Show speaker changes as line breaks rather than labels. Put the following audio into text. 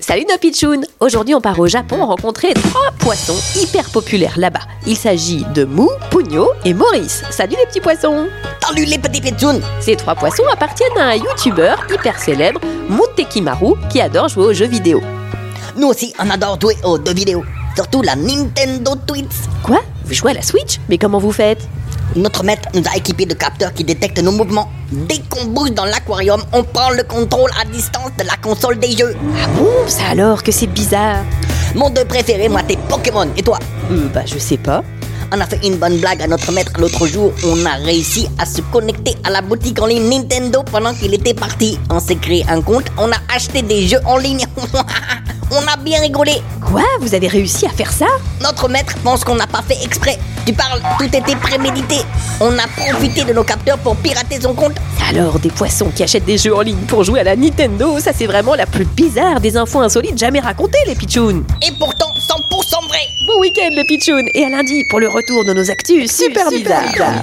Salut nos pitchouns Aujourd'hui on part au Japon rencontrer trois poissons hyper populaires là-bas. Il s'agit de Mou, Pugno et Maurice. Salut les petits poissons
Salut les petits pitchouns
Ces trois poissons appartiennent à un youtubeur hyper célèbre, Mutekimaru, qui adore jouer aux jeux vidéo.
Nous aussi, on adore jouer aux deux vidéos. Surtout la Nintendo Twitch.
Quoi Vous jouez à la Switch Mais comment vous faites
Notre maître nous a équipés de capteurs qui détectent nos mouvements. Dès qu'on bouge dans l'aquarium, on prend le contrôle à distance de la console des jeux.
Ah bon, ça alors que c'est bizarre
Mon deux préféré, moi, c'est Pokémon. Et toi
Euh, Bah je sais pas.
On a fait une bonne blague à notre maître l'autre jour. On a réussi à se connecter à la boutique en ligne Nintendo pendant qu'il était parti. On s'est créé un compte, on a acheté des jeux en ligne. on a bien rigolé.
Quoi Vous avez réussi à faire ça
Notre maître pense qu'on n'a pas fait exprès. Tu parles, tout était prémédité. On a profité de nos capteurs pour pirater son compte.
Alors des poissons qui achètent des jeux en ligne pour jouer à la Nintendo, ça c'est vraiment la plus bizarre des infos insolites jamais racontées les pitchouns
Et pourtant, 100% vrai.
Bon week-end les pitchouns et à lundi pour le retour de nos actus super, bizarres.